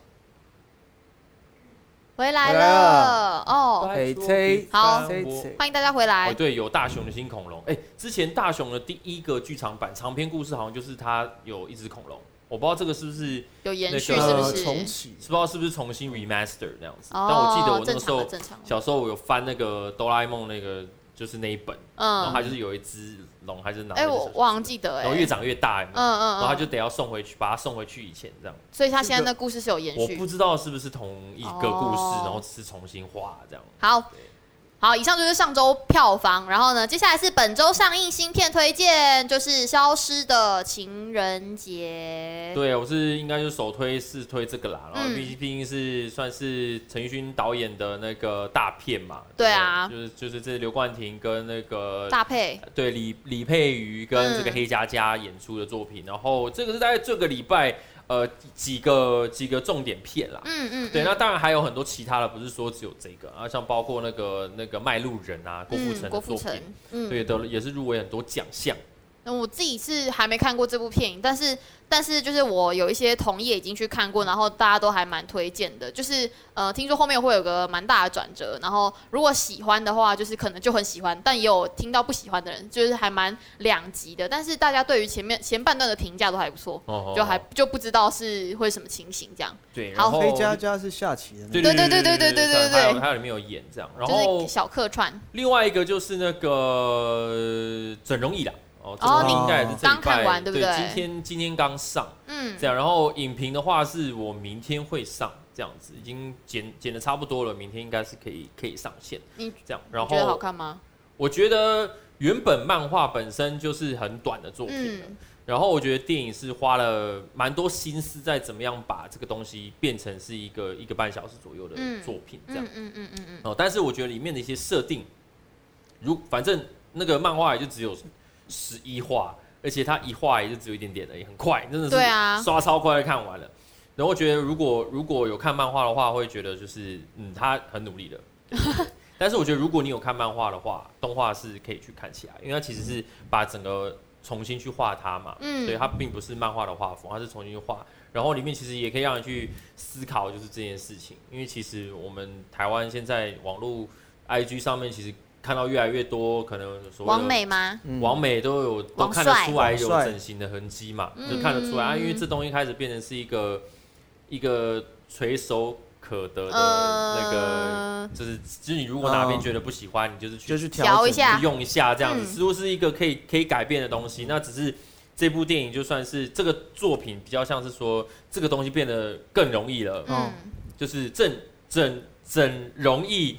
[SPEAKER 1] 回来
[SPEAKER 3] 回来
[SPEAKER 1] 了
[SPEAKER 3] 了
[SPEAKER 1] 哦，
[SPEAKER 3] 嘿这
[SPEAKER 1] 好
[SPEAKER 3] 这
[SPEAKER 2] 哦，
[SPEAKER 1] 欢迎大家回来。
[SPEAKER 2] 对，有大雄的新恐龙。哎，之前大雄的第一个剧场版长篇故事好像就是他有一只恐龙，我不知道这个是不是
[SPEAKER 1] 有延续
[SPEAKER 2] 那
[SPEAKER 1] 是
[SPEAKER 2] 个
[SPEAKER 1] 不
[SPEAKER 3] 呃
[SPEAKER 1] 是？
[SPEAKER 3] 重启
[SPEAKER 2] 不知道是不是重新 remaster 那样子。但我
[SPEAKER 1] 哦，
[SPEAKER 2] 记得我那
[SPEAKER 1] 正
[SPEAKER 2] 个时
[SPEAKER 1] 常
[SPEAKER 2] 候
[SPEAKER 1] 的正常的。
[SPEAKER 2] 小时候我有翻那个哆啦 A 梦那个，就是那一本，然后它
[SPEAKER 1] 嗯，
[SPEAKER 2] 就是有一只龙，它就是拿那
[SPEAKER 1] 哎，
[SPEAKER 2] 个手
[SPEAKER 1] 我
[SPEAKER 2] 指，
[SPEAKER 1] 我好像记得
[SPEAKER 2] 然后越
[SPEAKER 1] 哎，
[SPEAKER 2] 长越大，有没
[SPEAKER 1] 嗯
[SPEAKER 2] 有然后它
[SPEAKER 1] 嗯
[SPEAKER 2] 就
[SPEAKER 1] 嗯，
[SPEAKER 2] 得要送回去，把它送回去以前这样。
[SPEAKER 1] 所以他现在那故事是有延
[SPEAKER 2] 我
[SPEAKER 1] 续
[SPEAKER 2] 不。知道是不是同一个故事
[SPEAKER 1] 哦，
[SPEAKER 2] 然后只是重新画这样。
[SPEAKER 1] 好，好，以上就是上周票房，然后呢，接下来是本周上映新片推荐，就是《消失的情人节》。
[SPEAKER 2] 对，我是应该就是首推试推这个啦，然后
[SPEAKER 1] 哎嗯
[SPEAKER 2] 毕竟毕竟是算是陈奕迅导演的那个大片嘛。
[SPEAKER 1] 对
[SPEAKER 2] 不
[SPEAKER 1] 啊
[SPEAKER 2] 就是就是这刘冠廷跟那个
[SPEAKER 1] 搭配，
[SPEAKER 2] 对李李佩瑜跟这个
[SPEAKER 1] 嗯
[SPEAKER 2] 黑佳佳演出的作品，然后这个是在这个礼拜呃几个几个重点片啦。
[SPEAKER 1] 嗯嗯，
[SPEAKER 2] 对，
[SPEAKER 1] 嗯
[SPEAKER 2] 那当然还有很多其他的，不是说只有这个啊，像包括那个那个卖路人啊，郭富城
[SPEAKER 1] 嗯，郭
[SPEAKER 2] 的
[SPEAKER 1] 富
[SPEAKER 2] 作
[SPEAKER 1] 城
[SPEAKER 2] 品，，
[SPEAKER 1] 嗯，
[SPEAKER 2] 对，得了也是入围很多奖项。
[SPEAKER 1] 那我自己是还没看过这部片，但是但是就是我有一些同业已经去看过，然后大家都还蛮推荐的。就是呃，听说后面会有个蛮大的转折，然后如果喜欢的话，就是可能就很喜欢，但也有听到不喜欢的人，就是还蛮两极的。但是大家对于前面前半段的评价都还不错，
[SPEAKER 2] 哦
[SPEAKER 1] 就还就不知道是会什么情形这样，
[SPEAKER 2] 对，
[SPEAKER 1] 好
[SPEAKER 2] 然后
[SPEAKER 3] 黑佳佳是下棋的那
[SPEAKER 2] 哦对
[SPEAKER 3] 个，
[SPEAKER 2] 对
[SPEAKER 1] 对
[SPEAKER 2] 对
[SPEAKER 1] 对
[SPEAKER 2] 对
[SPEAKER 1] 对对对
[SPEAKER 2] 还有
[SPEAKER 1] 对
[SPEAKER 2] 还有里面有演这样，然
[SPEAKER 1] 就是
[SPEAKER 2] 后
[SPEAKER 1] 小客串。
[SPEAKER 2] 另外一个就是那个整容艺啦，哦，整
[SPEAKER 1] 哦
[SPEAKER 2] 容艺应该也是这礼
[SPEAKER 1] 刚看
[SPEAKER 2] 拜
[SPEAKER 1] 完对不
[SPEAKER 2] 对
[SPEAKER 1] 对
[SPEAKER 2] 今天今天刚上
[SPEAKER 1] 嗯
[SPEAKER 2] 这样，然后影评的话是我明天会上这样子，已经剪剪的差不多了，明天应该是可以可以上线
[SPEAKER 1] 你
[SPEAKER 2] 这样，然
[SPEAKER 1] 你觉得好
[SPEAKER 2] 后
[SPEAKER 1] 看吗？
[SPEAKER 2] 我觉得原本漫画本身就是很短的作品了。
[SPEAKER 1] 嗯
[SPEAKER 2] 然后我觉得电影是花了蛮多心思在怎么样把这个东西变成是一个一个半小时左右的
[SPEAKER 1] 嗯
[SPEAKER 2] 作品这样
[SPEAKER 1] 嗯。嗯嗯嗯嗯，
[SPEAKER 2] 哦，但是我觉得里面的一些设定，如反正那个漫画也就只有十一话，而且它一画也就只有一点点而已，很快，真的是
[SPEAKER 1] 对啊
[SPEAKER 2] 刷超快就看完了。然后我觉得如果如果有看漫画的话，会觉得就是嗯，他很努力的。 但是我觉得如果你有看漫画的话，动画是可以去看起来，因为它其实是把整个重新去画它嘛，
[SPEAKER 1] 嗯
[SPEAKER 2] 对，它并不是漫画的画风，它是重新去画。然后里面其实也可以让你去思考，就是这件事情，因为其实我们台湾现在网络 IG 上面其实看到越来越多可能所谓的
[SPEAKER 1] 王、美吗？
[SPEAKER 3] 嗯
[SPEAKER 2] 王美都有都
[SPEAKER 1] 王
[SPEAKER 2] 看得
[SPEAKER 1] 帅
[SPEAKER 2] 出来有
[SPEAKER 3] 王帅
[SPEAKER 2] 整形的痕迹嘛，
[SPEAKER 1] 嗯
[SPEAKER 2] 就看得出来啊，因为这东西开始变成是一个一个垂手可得的那个，
[SPEAKER 1] 呃
[SPEAKER 2] 就是就是你如果哪边
[SPEAKER 3] 哦
[SPEAKER 2] 觉得不喜欢，你就是去
[SPEAKER 3] 就去
[SPEAKER 1] 调
[SPEAKER 3] 调整
[SPEAKER 1] 一下
[SPEAKER 2] 去用一下，这样子
[SPEAKER 1] 嗯
[SPEAKER 2] 似乎是一个可以可以改变的东西。那只是这部电影就算是这个作品比较像是说这个东西变得更容易了，
[SPEAKER 3] 哦
[SPEAKER 1] 嗯。
[SPEAKER 2] 就是整整整容易，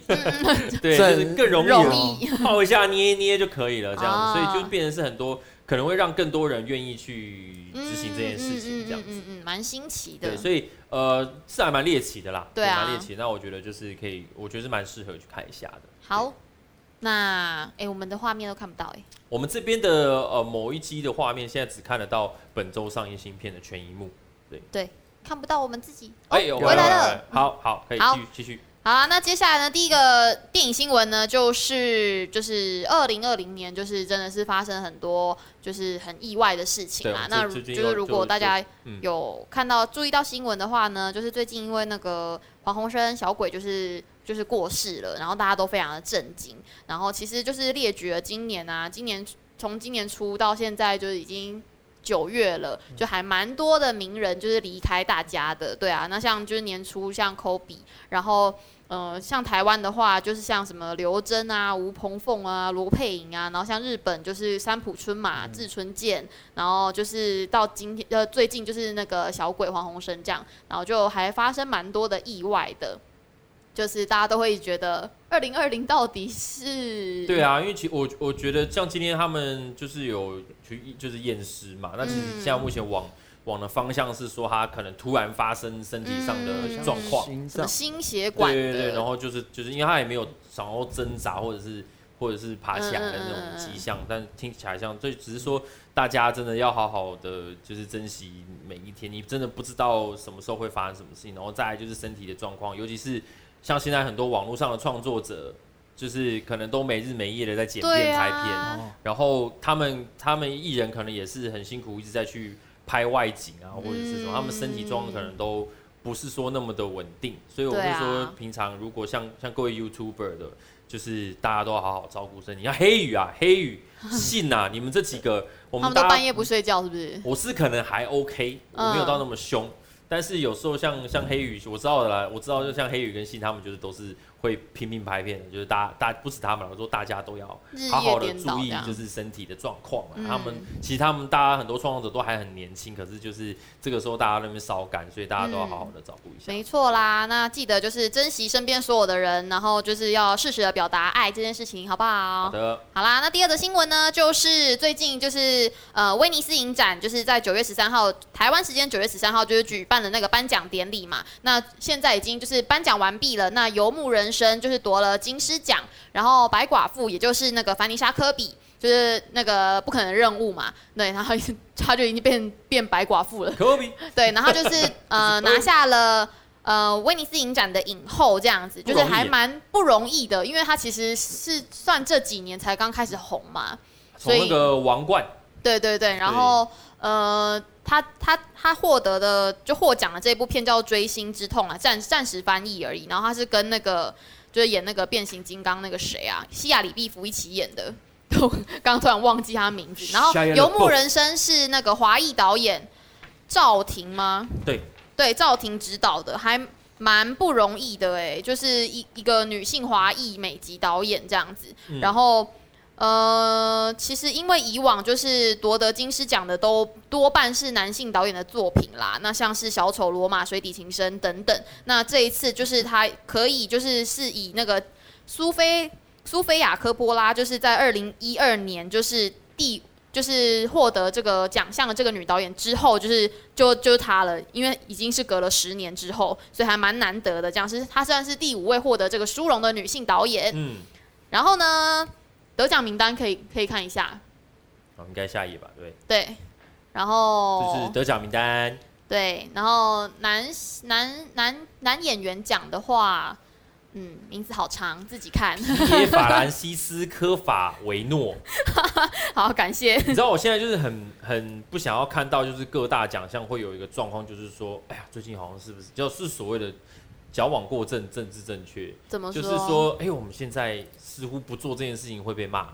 [SPEAKER 2] 对，
[SPEAKER 3] 整
[SPEAKER 2] 就是更容易
[SPEAKER 1] 容
[SPEAKER 2] 了，
[SPEAKER 1] 易，
[SPEAKER 2] 泡一下捏一捏就可以了，这样子，
[SPEAKER 1] 啊
[SPEAKER 2] 所以就变成是很多可能会让更多人愿意去执行这件事情，这样
[SPEAKER 1] 嗯嗯
[SPEAKER 2] 子。
[SPEAKER 1] 嗯嗯，蛮新奇的
[SPEAKER 2] 对，。所以呃是还蛮猎奇的啦，
[SPEAKER 1] 对啊
[SPEAKER 2] 蛮猎奇。那我觉得就是可以，我觉得是蛮适合去看一下的。
[SPEAKER 1] 好，那哎、诶我们的画面都看不到哎、
[SPEAKER 2] 我们这边的呃某一集的画面，现在只看得到本周上映新片的全一幕。
[SPEAKER 1] 看不到我们自己。
[SPEAKER 2] 哎、有
[SPEAKER 1] 回哦来了，嗯
[SPEAKER 2] 好好，可以
[SPEAKER 1] 好
[SPEAKER 2] 继续继续。
[SPEAKER 1] 好啊，那接下来呢，第一个电影新闻呢，就是就是二零二零年，就是真的是发生很多就是很意外的事情啊
[SPEAKER 2] 对。
[SPEAKER 1] 那
[SPEAKER 2] 最
[SPEAKER 1] 如
[SPEAKER 2] 最近
[SPEAKER 1] 就是
[SPEAKER 2] 有
[SPEAKER 1] 如果大家
[SPEAKER 2] 嗯
[SPEAKER 1] 有看到注意到新闻的话呢，就是最近因为那个黄鸿升小鬼就是。就是过世了，然后大家都非常的震惊，然后其实就是列举了今年啊，今年从今年初到现在就是已经九月了，
[SPEAKER 2] 嗯
[SPEAKER 1] 就还蛮多的名人就是离开大家的，对啊，那像就是年初像 Kobe，然后呃像台湾的话就是像什么刘真啊、吴鹏凤啊、罗佩莹啊，然后像日本就是三浦春马、
[SPEAKER 2] 嗯
[SPEAKER 1] 志村健，然后就是到今天呃最近就是那个小鬼黄鸿升这样，然后就还发生蛮多的意外的。就是大家都会觉得，二零二零到底是
[SPEAKER 2] 对啊，因为其我我觉得像今天他们就是有去就是验尸嘛，那其
[SPEAKER 1] 嗯
[SPEAKER 2] 实现在目前往、往的方向是说他可能突然发生身体上的
[SPEAKER 1] 嗯
[SPEAKER 2] 状况，
[SPEAKER 3] 心
[SPEAKER 1] 什么
[SPEAKER 3] 脏
[SPEAKER 1] 心血管
[SPEAKER 2] 对
[SPEAKER 1] 的，
[SPEAKER 2] 对对，然后就是就是因为他也没有想要挣扎或者是或者是爬起来的那种迹象，
[SPEAKER 1] 嗯
[SPEAKER 2] 但听起来像，所以只是说大家真的要好好的就是珍惜每一天，你真的不知道什么时候会发生什么事情，然后再来就是身体的状况，尤其是像现在很多网络上的创作者，就是可能都没日没夜的在剪
[SPEAKER 1] 对
[SPEAKER 2] 片哦拍片，
[SPEAKER 1] 啊，
[SPEAKER 2] 然后他们他们艺人可能也是很辛苦，一直在去拍外景啊，或者是什么，
[SPEAKER 1] 嗯
[SPEAKER 2] 他们身体状况可能都不是说那么的稳定，所以我会
[SPEAKER 1] 对
[SPEAKER 2] 说
[SPEAKER 1] 啊，
[SPEAKER 2] 平常如果像像各位 YouTuber 的，就是大家都要好好照顾身体。像黑羽啊，黑羽信啊，你们这几个，我
[SPEAKER 1] 他们
[SPEAKER 2] 们
[SPEAKER 1] 都
[SPEAKER 2] 大
[SPEAKER 1] 半
[SPEAKER 2] 家，
[SPEAKER 1] 夜不睡觉，是不是？
[SPEAKER 2] 我是可能还 OK，
[SPEAKER 1] 嗯
[SPEAKER 2] 我没有到那么凶。但是有时候像像黑羽，我知道的啦，我知道就像黑羽跟信他们就是都是会拼命拍片的，就是大大不止他们了，我说大家都要
[SPEAKER 1] 日
[SPEAKER 2] 好好
[SPEAKER 1] 夜
[SPEAKER 2] 的
[SPEAKER 1] 颠倒
[SPEAKER 2] 注
[SPEAKER 1] 这
[SPEAKER 2] 意
[SPEAKER 1] 样
[SPEAKER 2] 就。是身体的状况啊
[SPEAKER 1] 嗯
[SPEAKER 2] 他们其实他们大家很多创作者都还很年轻，可是就是这个时候大家在那边烧干，所以大家都要好好的照顾一下。
[SPEAKER 1] 没错啦，那记得就是珍惜身边所有的人，然后就是要适时的表达爱这件事情，好不好？
[SPEAKER 2] 好的，
[SPEAKER 1] 好啦，那第二则新闻呢，就是最近就是呃威尼斯影展，就是在九月十三号台湾时间九月十三号就是举办了那个颁奖典礼嘛。那现在已经就是颁奖完毕了，那游牧人生就是夺了金狮奖，然后白寡妇也就是那个凡妮莎科比。就是那个不可能任务嘛，对，然后 他就已经变变白寡妇了，
[SPEAKER 2] 科比
[SPEAKER 1] 对，然后就是 呃拿下了呃威尼斯影展的影后这样子，
[SPEAKER 2] 不
[SPEAKER 1] 就
[SPEAKER 2] 容易
[SPEAKER 1] 是还蛮不容易的，因为她其实是算这几年才刚开始红嘛，所
[SPEAKER 2] 从
[SPEAKER 1] 以
[SPEAKER 2] 那个王冠
[SPEAKER 1] 对对对，然后呃她她她获得的就获奖的这部片叫《追星之痛》啊，暂暂时翻译而已，然后她是跟那个就是演那个变形金刚那个谁啊，西亚里毕福一起演的。 我刚刚突然忘记他名字，然后
[SPEAKER 3] Shia
[SPEAKER 1] 《游牧
[SPEAKER 3] LaBeouf
[SPEAKER 1] 人生》是那个华裔导演赵婷吗？
[SPEAKER 2] 对
[SPEAKER 1] 对，赵婷执导的，还蛮不容易的哎，就是一一个女性华裔美籍导演这样子。
[SPEAKER 2] 嗯
[SPEAKER 1] 然后，呃，其实因为以往就是夺得金狮奖的都多半是男性导演的作品啦，那像是《小丑》《罗马》《水底情深》等等。那这一次就是他可以就是是以那个苏菲苏菲亚科波拉，就是在二零一二年就是第。就是获得这个奖项的这个女导演之后，就是就就是她了，因为已经是隔了十年之后，所以还蛮难得的。这样是她算是第五位获得这个殊荣的女性导演。
[SPEAKER 2] 嗯，
[SPEAKER 1] 然后呢，得奖名单可以可以看一下，
[SPEAKER 2] 好，应该下一页吧？对，
[SPEAKER 1] 对，然后
[SPEAKER 2] 就是得奖名单，
[SPEAKER 1] 对，然后男男男男演员奖的话，嗯，名字好长，自己看。
[SPEAKER 2] 耶法兰西斯科法维诺。
[SPEAKER 1] 好，感谢。
[SPEAKER 2] 你知道我现在就是很很不想要看到，就是各大奖项会有一个状况，就是说，哎呀，最近好像是不是就是所谓的矫枉过正、政治正确，
[SPEAKER 1] 怎么
[SPEAKER 2] 就是说，哎、我们现在似乎不做这件事情会被骂，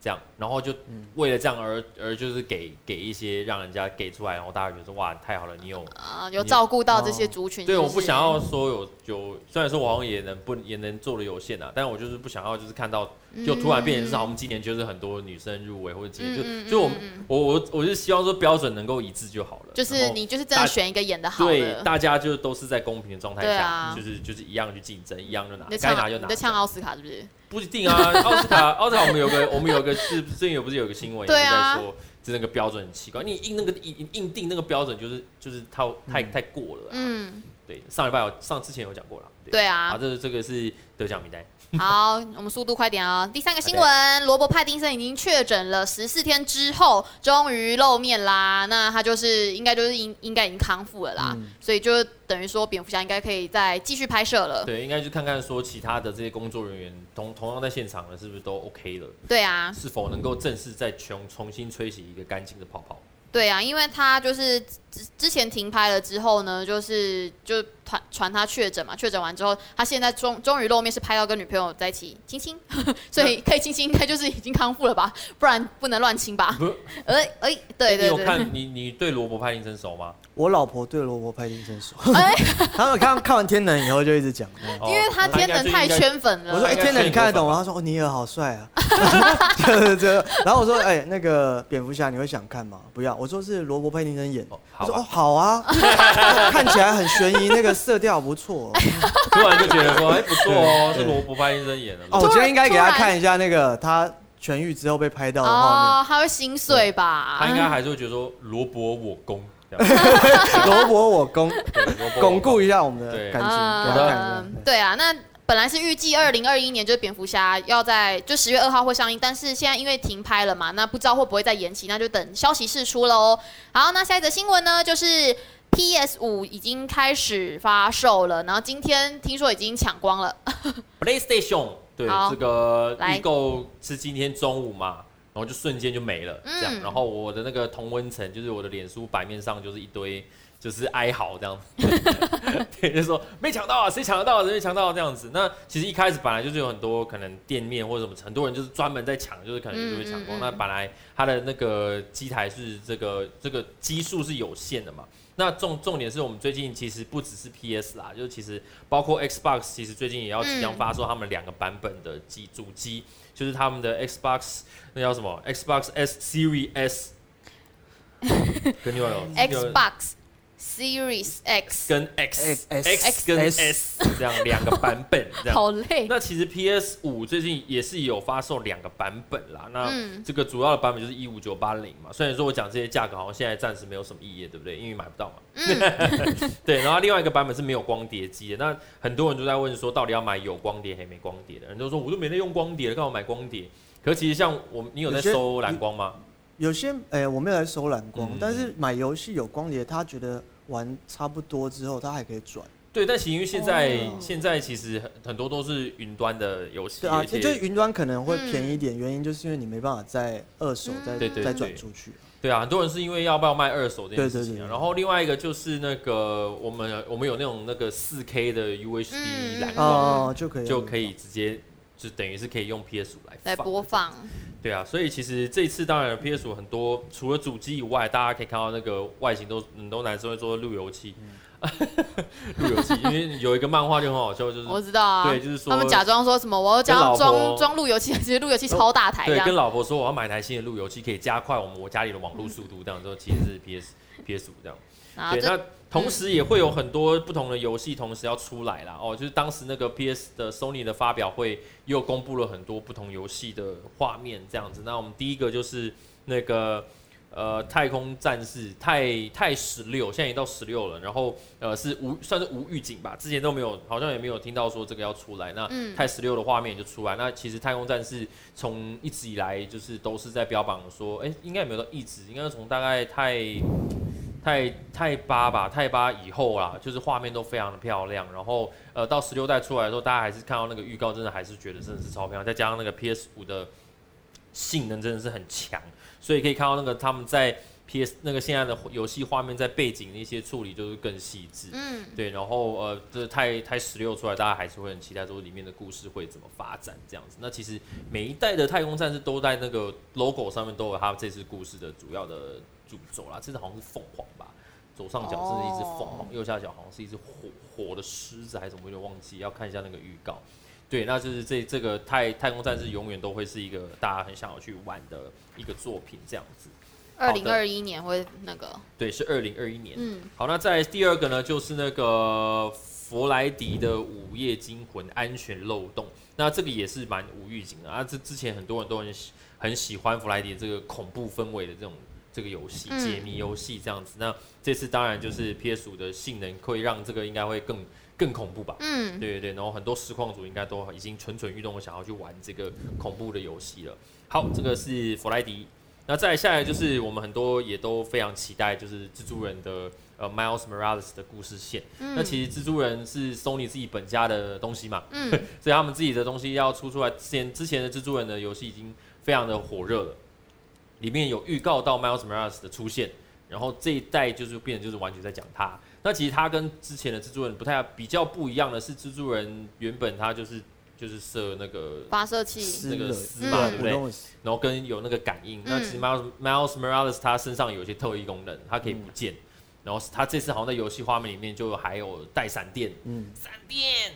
[SPEAKER 2] 这样，然后就为了这样而而就是给给一些让人家给出来，然后大家觉得说哇太好了，你有
[SPEAKER 1] 啊、有照顾到这些族群
[SPEAKER 2] 对，
[SPEAKER 1] 是
[SPEAKER 2] 我
[SPEAKER 1] 不
[SPEAKER 2] 不
[SPEAKER 1] 是
[SPEAKER 2] 想要说有有，虽然说我好像也能不也能做的有限啊，但我就是不想要就是看到就突然变成是好，我们今年就是很多女生入围或者今年就、
[SPEAKER 1] 嗯嗯嗯
[SPEAKER 2] 就我
[SPEAKER 1] 嗯嗯
[SPEAKER 2] 我我我是希望说标准能够一致就好了，
[SPEAKER 1] 就是
[SPEAKER 2] 然后
[SPEAKER 1] 你就是真
[SPEAKER 2] 大
[SPEAKER 1] 的选一个演的好
[SPEAKER 2] 对
[SPEAKER 1] 的，
[SPEAKER 2] 大家就都是在公平的状态
[SPEAKER 1] 对
[SPEAKER 2] 下，
[SPEAKER 1] 啊
[SPEAKER 2] 就是就是一样去竞争，一样就拿
[SPEAKER 1] 你在，
[SPEAKER 2] 该拿就
[SPEAKER 1] 唱
[SPEAKER 2] 拿
[SPEAKER 1] 你在。唱奥斯卡是不是？
[SPEAKER 2] 不一 定啊，奥斯卡，奥斯卡我们有个，我们有个是最近有不是有个新闻，
[SPEAKER 1] 对啊
[SPEAKER 2] 在说，就那个标准很奇怪，你硬那个硬硬定那个标准就是就是太太太过了啊、
[SPEAKER 1] 嗯，
[SPEAKER 2] 对，上礼拜有上之前有讲过了，
[SPEAKER 1] 对
[SPEAKER 2] 啊，
[SPEAKER 1] 啊。
[SPEAKER 2] 这这个是得奖名单，
[SPEAKER 1] 好，我们速度快点啊！第三个新闻，罗伯·派丁森已经确诊了十四天之后，终于露面啦。那他就是应该就是应应该已经康复了啦，
[SPEAKER 3] 嗯
[SPEAKER 1] 所以就等于说蝙蝠侠应该可以再继续拍摄了。
[SPEAKER 2] 对，应该去看看说其他的这些工作人员同同样在现场的是不是都 OK 了，
[SPEAKER 1] 对啊，
[SPEAKER 2] 是否能够正式再重重新吹起一个干净的泡泡？
[SPEAKER 1] 对啊，因为他就是之之前停拍了之后呢，就是就传传他确诊嘛，确诊完之后，他现在终终于露面，是拍到跟女朋友在一起亲亲， 所以可以亲亲，应该就是已经康复了吧，不然不能乱亲吧
[SPEAKER 2] 不。
[SPEAKER 1] 哎哎、对对
[SPEAKER 2] 你有
[SPEAKER 1] 对，
[SPEAKER 2] 看你你对罗伯·派丁森熟吗？
[SPEAKER 3] 我老婆对罗伯派丁森说，
[SPEAKER 1] 哎
[SPEAKER 3] 他们看看完天能以后就一直讲。
[SPEAKER 1] 因
[SPEAKER 2] 哦
[SPEAKER 1] 为他天能太圈粉
[SPEAKER 3] 我说：“
[SPEAKER 1] 了
[SPEAKER 3] 哎、，天哪，你看得懂吗？”他说：“哦，尼尔好帅 啊！” 就是这样。然后我说：“哎、那个蝙蝠侠你会想看吗？”不要。我说是罗伯·派丁森演的
[SPEAKER 2] 哦。好
[SPEAKER 3] 他说：“
[SPEAKER 2] 吧
[SPEAKER 3] 哦，好啊， 看起来很悬疑，那个色调不 错。
[SPEAKER 2] 突然就觉得说，哎、不错哦，是
[SPEAKER 3] 对
[SPEAKER 2] 罗伯·派丁森演的。
[SPEAKER 1] 突
[SPEAKER 3] 哦，我
[SPEAKER 1] 然
[SPEAKER 3] 今天应该给他看一下那个他痊愈之后被拍到的画
[SPEAKER 1] 哦，他会心碎吧？
[SPEAKER 2] 他应该还是会觉得说罗伯我攻，这 样
[SPEAKER 3] 面。罗伯，我巩
[SPEAKER 2] 对罗伯我攻
[SPEAKER 3] 巩固一下我们的
[SPEAKER 2] 对
[SPEAKER 3] 感情，
[SPEAKER 1] 啊
[SPEAKER 3] 给他看一下。对
[SPEAKER 1] 对啊，那本来是预计二零二一年就是蝙蝠侠要在就十月二号会上映，但是现在因为停拍了嘛，那不知道会不会再延期，那就等消息释出喽。好，那下一则新闻呢，就是。PS 五已经开始发售了，然后今天听说已经抢光了。
[SPEAKER 2] PlayStation 对
[SPEAKER 1] 好
[SPEAKER 2] 这个
[SPEAKER 1] 来
[SPEAKER 2] 预购是今天中午嘛？后就瞬间就没了，这样。
[SPEAKER 1] 嗯
[SPEAKER 2] 然后我的那个同温层，就是我的脸书版面上就是一堆就是哀嚎 这样，对，就说没抢到啊，谁抢得到啊，谁没抢到、啊、这样子。那其实一开始本来就是有很多可能店面或者什么，很多人就是专门在抢，就是可能就会抢
[SPEAKER 1] 嗯
[SPEAKER 2] 光。
[SPEAKER 1] 嗯嗯
[SPEAKER 2] 那本来它的那个机台是这个这个基数是有限的嘛。那重重点是我们最近其实不只是 PS 啦，就是其实包括 Xbox，其实最近也要即将
[SPEAKER 1] 嗯
[SPEAKER 2] 发售他们两个版本的机主机，就是他们的 Xbox 那叫什么 Xbox S Series S，跟另外有
[SPEAKER 1] Xbox Series X，
[SPEAKER 2] 跟 X
[SPEAKER 3] X-
[SPEAKER 2] X 跟
[SPEAKER 3] X-
[SPEAKER 2] S 这样两个版本这样。
[SPEAKER 1] 好累。
[SPEAKER 2] 那其实 PS 五最近也是有发售两个版本啦，那
[SPEAKER 1] 嗯
[SPEAKER 2] 这个主要的版本就是一五九八零嘛。虽然说我讲这些价格好像现在暂时没有什么意义，对不对？因为买不到嘛。
[SPEAKER 1] 嗯，
[SPEAKER 2] 对，然后另外一个版本是没有光碟机的。那很多人就在问说，到底要买有光碟还没光碟的？人都说我都没在用光碟了，干嘛买光碟？可其实像我们，你有在
[SPEAKER 3] 有些
[SPEAKER 2] 收蓝光吗？
[SPEAKER 3] 有些哎、我没有来收蓝光，
[SPEAKER 2] 嗯
[SPEAKER 3] 但是买游戏有光碟，他觉得玩差不多之后，他还可以转。
[SPEAKER 2] 对，但其实因为现在、
[SPEAKER 1] 哦
[SPEAKER 2] 现在其实很很多都是云端的游戏，
[SPEAKER 3] 对啊，
[SPEAKER 2] 而且
[SPEAKER 3] 就是云端可能会便宜一点，原因就是因为你没办法在二手再、
[SPEAKER 1] 嗯对对
[SPEAKER 3] 再
[SPEAKER 2] 对
[SPEAKER 3] 转出去。
[SPEAKER 2] 对啊，很多人是因为要不要卖二手这件事情、啊。
[SPEAKER 3] 对对对对
[SPEAKER 2] 然后另外一个就是那个我们我们有那种那个四 K 的 UHD
[SPEAKER 1] 嗯嗯
[SPEAKER 2] 蓝光，
[SPEAKER 3] 哦、就可以
[SPEAKER 2] 就可以直接就等于是可以用 PS 五
[SPEAKER 1] 来
[SPEAKER 2] 来
[SPEAKER 1] 播放，
[SPEAKER 2] 对啊，所以其实这一次当然 PS 五很多，除了主机以外，大家可以看到那个外形都很多男生会说路由器，
[SPEAKER 3] 嗯
[SPEAKER 2] 路由器，因为有一个漫画就很好笑，就是
[SPEAKER 1] 我知道啊
[SPEAKER 2] 对，。就是说
[SPEAKER 1] 他们假装说什么，我要假装
[SPEAKER 2] 跟老婆
[SPEAKER 1] 装装路由器，其实路由器超大台这
[SPEAKER 2] 对，跟
[SPEAKER 1] 样。
[SPEAKER 2] 老婆说我要买台新的路由器，可以加快我们我家里的网络速度，这样之后其实是 PS PS 五这样。
[SPEAKER 1] 然后
[SPEAKER 2] 对，
[SPEAKER 1] 这
[SPEAKER 2] 那同时也会有很多不同的游戏同时要出来啦。哦，就是当时那个 PS 的 Sony 的发表会又公布了很多不同游戏的画面，这样子。那我们第一个就是那个呃太空战士太太十六，现在已经到十六了，然后呃是无算是无预警吧，之前都没有，好像也没有听到说这个要出来。那
[SPEAKER 1] 嗯
[SPEAKER 2] 太十六的画面就出来。那其实太空战士从一直以来就是都是在标榜说，哎、应该也没有到一直，应该是从大概太太太八吧，太八以后啦，就是画面都非常的漂亮。然后呃，到十六代出来的时候，大家还是看到那个预告，真的还是觉得真的是超漂亮。再加上那个 PS 五的性能真的是很强，所以可以看到那个他们在 PS 那个现在的游戏画面在背景的一些处理就是更细致。
[SPEAKER 1] 嗯，
[SPEAKER 2] 对，然后呃，这太太十六出来，大家还是会很期待说里面的故事会怎么发展这样子。那其实每一代的太空战士都在那个 logo 上面都有它这次故事的主要的主轴啦，这次好像是凤凰吧。左上角是一只凤凰
[SPEAKER 1] 哦
[SPEAKER 2] 右下角好像是一只火火的狮子还是什么，我有点忘记，要看一下那个预告。对，那就是这这个太太空战士永远都会是一个大家很想要去玩的一个作品，这样子。
[SPEAKER 1] 二零二一年会那个，
[SPEAKER 2] 对，是二零二一年。
[SPEAKER 1] 嗯，
[SPEAKER 2] 好，那再来第二个呢，就是那个弗莱迪的《午夜惊魂》安全漏洞。那这个也是蛮无预警的啊。这之前很多人都很喜很喜欢弗莱迪这个恐怖氛围的这种这个游戏，
[SPEAKER 1] 嗯
[SPEAKER 2] 解谜游戏这样子。那这次当然就是 PS 五的性能会让这个应该会更更恐怖吧。
[SPEAKER 1] 嗯，
[SPEAKER 2] 对对对，然后很多实况组应该都已经蠢蠢欲动，想要去玩这个恐怖的游戏了。好，这个是弗莱迪。那再下来就是我们很多也都非常期待，就是蜘蛛人的呃 Miles Morales 的故事线。那其实蜘蛛人是 Sony 自己本家的东西嘛，
[SPEAKER 1] 嗯，
[SPEAKER 2] 所以他们自己的东西要出出来之前，之前的蜘蛛人的游戏已经非常的火热了，里面有预告到 Miles Morales 的出现，然后这一代就是变成就是完全在讲他。那其实他跟之前的蜘蛛人不太比较不一样的是，蜘蛛人原本他就是就是射那个
[SPEAKER 1] 发射器，
[SPEAKER 3] 撕
[SPEAKER 2] 那个
[SPEAKER 3] 了
[SPEAKER 2] 丝
[SPEAKER 1] 嘛
[SPEAKER 3] 嗯
[SPEAKER 1] 对
[SPEAKER 2] 不对
[SPEAKER 3] 我懂了
[SPEAKER 2] 然后跟有那个感应。那
[SPEAKER 1] 嗯
[SPEAKER 2] 其实 Miles Miles Morales 他身上有一些特异功能，他可以不见。然后他这次好像在游戏画面里面就还有带闪电，
[SPEAKER 3] 嗯，
[SPEAKER 2] 闪电，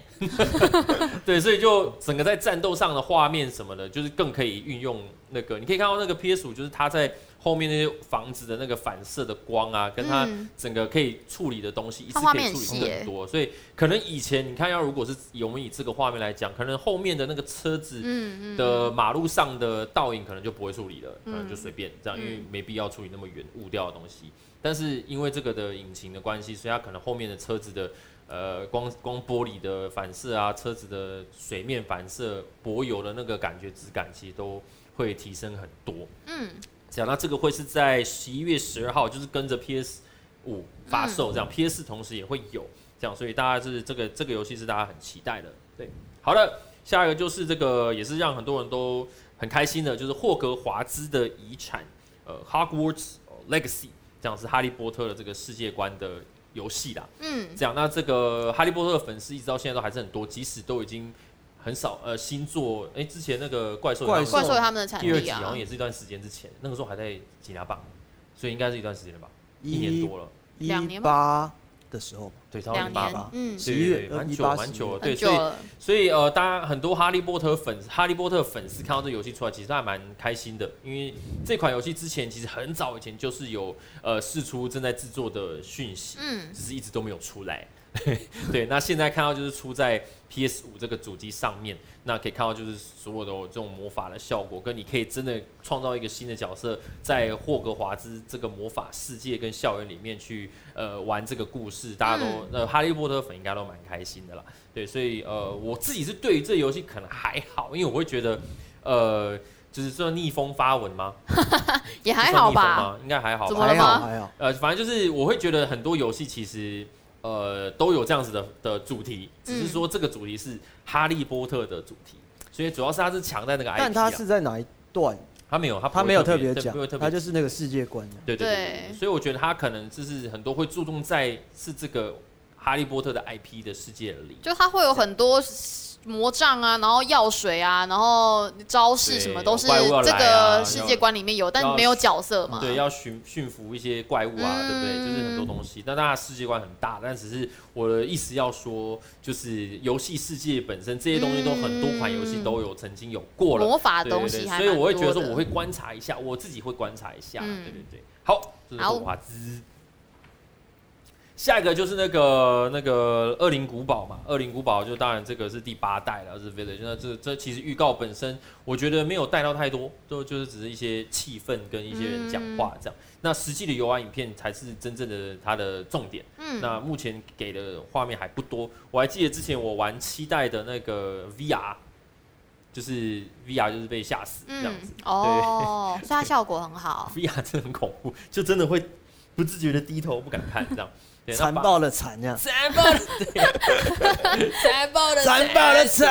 [SPEAKER 2] 对，所以就整个在战斗上的画面什么的，就是更可以运用那个，你可以看到那个 PS 五，就是它在后面那些房子的那个反射的光啊，跟它
[SPEAKER 1] 嗯
[SPEAKER 2] 整个可以处理的东西，一次
[SPEAKER 1] 它画
[SPEAKER 2] 可以
[SPEAKER 1] 面
[SPEAKER 2] 处
[SPEAKER 1] 很
[SPEAKER 2] 理
[SPEAKER 1] 细
[SPEAKER 2] 更
[SPEAKER 1] 耶
[SPEAKER 2] 多，所以可能以前你看要如果是以我们以这个画面来讲，可能后面的那个车子
[SPEAKER 1] 嗯嗯，
[SPEAKER 2] 的马路上的倒影可能就不会处理了，可
[SPEAKER 1] 嗯
[SPEAKER 2] 能就随便这样，
[SPEAKER 1] 嗯
[SPEAKER 2] 因为没必要处理那么远雾掉的东西。但是因为这个的引擎的关系，所以它可能后面的车子的呃光光玻璃的反射啊，车子的水面反射、柏油的那个感觉质感，其实都会提升很多。
[SPEAKER 1] 嗯，
[SPEAKER 2] 讲到这个会是在十一月十二号，就是跟着 PS 五发售这样、p s 四同时也会有这样，所以大家是这个这个游戏是大家很期待的。对，好了，下一个就是这个也是让很多人都很开心的，就是霍格华兹的遗产，呃，Hogwarts Legacy，这样是哈利波特的这个世界观的游戏啦。
[SPEAKER 1] 嗯，
[SPEAKER 2] 这样，那这个哈利波特的粉丝一直到现在都还是很多，即使都已经很少呃新作，哎、之前那个怪兽
[SPEAKER 3] 怪
[SPEAKER 1] 怪兽有他们的产
[SPEAKER 2] 第二
[SPEAKER 1] 地
[SPEAKER 2] 集好
[SPEAKER 1] 啊
[SPEAKER 2] 像，也是一段时间之前，那个时候还在吉拿棒，所以应该是一段时间了吧，一年
[SPEAKER 3] 一
[SPEAKER 2] 多了，
[SPEAKER 1] 两年
[SPEAKER 3] 一八的时候吧，
[SPEAKER 2] 对，差不多
[SPEAKER 1] 两
[SPEAKER 2] 零八
[SPEAKER 1] 年
[SPEAKER 2] 吧。，
[SPEAKER 1] 嗯，
[SPEAKER 3] 是
[SPEAKER 2] 对
[SPEAKER 3] 11
[SPEAKER 2] 对
[SPEAKER 3] 月
[SPEAKER 2] 对，蛮
[SPEAKER 3] 呃
[SPEAKER 2] 久
[SPEAKER 3] 18
[SPEAKER 2] 蛮久了，
[SPEAKER 1] 很
[SPEAKER 2] 对，
[SPEAKER 1] 久
[SPEAKER 2] 所以
[SPEAKER 1] 了，
[SPEAKER 2] 所以呃，大家很多哈利波特粉，哈利波特粉丝看到这游戏出来，其实都还蛮开心的，因为这款游戏之前其实很早以前就是有呃试出正在制作的讯息，
[SPEAKER 1] 嗯，
[SPEAKER 2] 只是一直都没有出来。 对，那现在看到就是出在 PS 五这个主机上面，那可以看到就是所有的这种魔法的效果，跟你可以真的创造一个新的角色，在霍格华兹这个魔法世界跟校园里面去呃玩这个 故事，大家都、
[SPEAKER 1] 嗯
[SPEAKER 2] 呃哈利波特粉应该都蛮开心的啦。对，所以呃我自己是对于这游戏可能还好，因为我会觉得呃就是这逆风发文吗？
[SPEAKER 1] 也还
[SPEAKER 2] 这算
[SPEAKER 1] 好
[SPEAKER 2] 逆风
[SPEAKER 1] 吧，
[SPEAKER 2] 吗？应该还好吧
[SPEAKER 1] 怎么了
[SPEAKER 3] 还
[SPEAKER 1] 吗
[SPEAKER 3] 好还好，
[SPEAKER 2] 呃，反正就是我会觉得很多游戏其实呃都有这样子的的主题，只是说
[SPEAKER 3] 嗯
[SPEAKER 2] 这个主题是哈利波特的主题，所以主要是它是强在那个 IP 啊。
[SPEAKER 3] 但他是在哪一段？
[SPEAKER 2] 它没有，它
[SPEAKER 3] 他
[SPEAKER 2] 它
[SPEAKER 3] 没有特别
[SPEAKER 2] 别
[SPEAKER 3] 讲
[SPEAKER 2] 不会，特别
[SPEAKER 3] 他就是那个世界观的。
[SPEAKER 2] 对对对
[SPEAKER 1] 对
[SPEAKER 2] 对，所以我觉得它可能就是很多会注重在是这个哈利波特的 IP 的世界里。
[SPEAKER 1] 就它会有很多魔杖啊，然后药水啊，然后招式什么
[SPEAKER 2] 对
[SPEAKER 1] 都是
[SPEAKER 2] 怪物要
[SPEAKER 1] 这
[SPEAKER 2] 来啊
[SPEAKER 1] 个
[SPEAKER 2] 要
[SPEAKER 1] 世界观里面有，但
[SPEAKER 2] 要
[SPEAKER 1] 没有角色嘛。
[SPEAKER 2] 对，要驯驯服一些怪物啊，对不对？就是很多东
[SPEAKER 3] 嗯
[SPEAKER 2] 西。但它的世界观很大，但只是我的意思要说，就是游戏世界本身这些东西都很多款游
[SPEAKER 3] 嗯
[SPEAKER 2] 戏都有曾经有过了。
[SPEAKER 1] 魔法的
[SPEAKER 2] 对
[SPEAKER 1] 东
[SPEAKER 2] 对
[SPEAKER 1] 西
[SPEAKER 2] 对，
[SPEAKER 1] 还
[SPEAKER 2] 所以我会
[SPEAKER 1] 蛮
[SPEAKER 2] 觉得
[SPEAKER 1] 多
[SPEAKER 2] 说，
[SPEAKER 1] 的
[SPEAKER 2] 我会观察一下，我自己会观察一下，
[SPEAKER 1] 嗯
[SPEAKER 2] 对对对。好，这是
[SPEAKER 1] 好
[SPEAKER 2] 霍华兹。下一个就是那个那个恶灵古堡嘛，恶灵古堡就当然这个是第八代了，是 Village。那这这其实预告本身，我觉得没有带到太多，就就是只是一些气氛跟一些人讲话
[SPEAKER 1] 嗯
[SPEAKER 2] 这样。那实际的游玩影片才是真正的它的重点。
[SPEAKER 1] 嗯
[SPEAKER 2] 那目前给的画面还不多。我还记得之前我玩七代的那个 VR，就是 VR 就是被吓死这样
[SPEAKER 1] 嗯
[SPEAKER 2] 子。
[SPEAKER 1] 哦，所以它效果很 好。
[SPEAKER 2] VR 真的很恐怖，就真的会不自觉的低头不敢看这样。对那
[SPEAKER 3] 残
[SPEAKER 2] 把
[SPEAKER 3] 暴的残这样，
[SPEAKER 2] 残暴的，
[SPEAKER 1] 残暴的
[SPEAKER 3] 残暴的
[SPEAKER 2] 残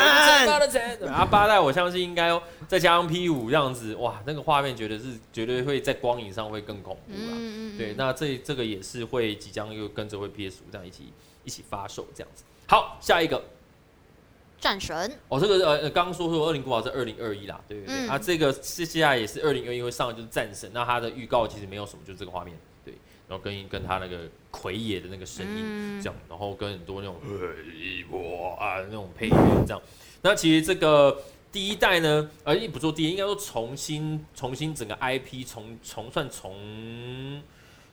[SPEAKER 2] 暴
[SPEAKER 3] 残，
[SPEAKER 2] 的残。啊，八代我相信应该再加上 P 五这样子，哇，那个画面绝对是绝对会在光影上会更恐怖啦。
[SPEAKER 1] 嗯
[SPEAKER 2] 对，那这这个也是会即将又跟着会 PS 五这样一起一起发售这样子。好，下一个
[SPEAKER 1] 战神，
[SPEAKER 2] 哦，这个呃，呃刚刚说说《恶灵古堡》是二零二一啦，对对对，
[SPEAKER 1] 嗯
[SPEAKER 2] 啊，这个接下来也是二零二一会上的就是战神，那它的预告其实没有什么，就是这个画面，对，然后跟跟他那个奎爷的那个声音、
[SPEAKER 1] 嗯
[SPEAKER 2] 这样，然后跟很多那种呃我啊那种配乐这样，那其实这个。第一代呢，呃，也不说第一，应该说重新重新整个 IP 重重算重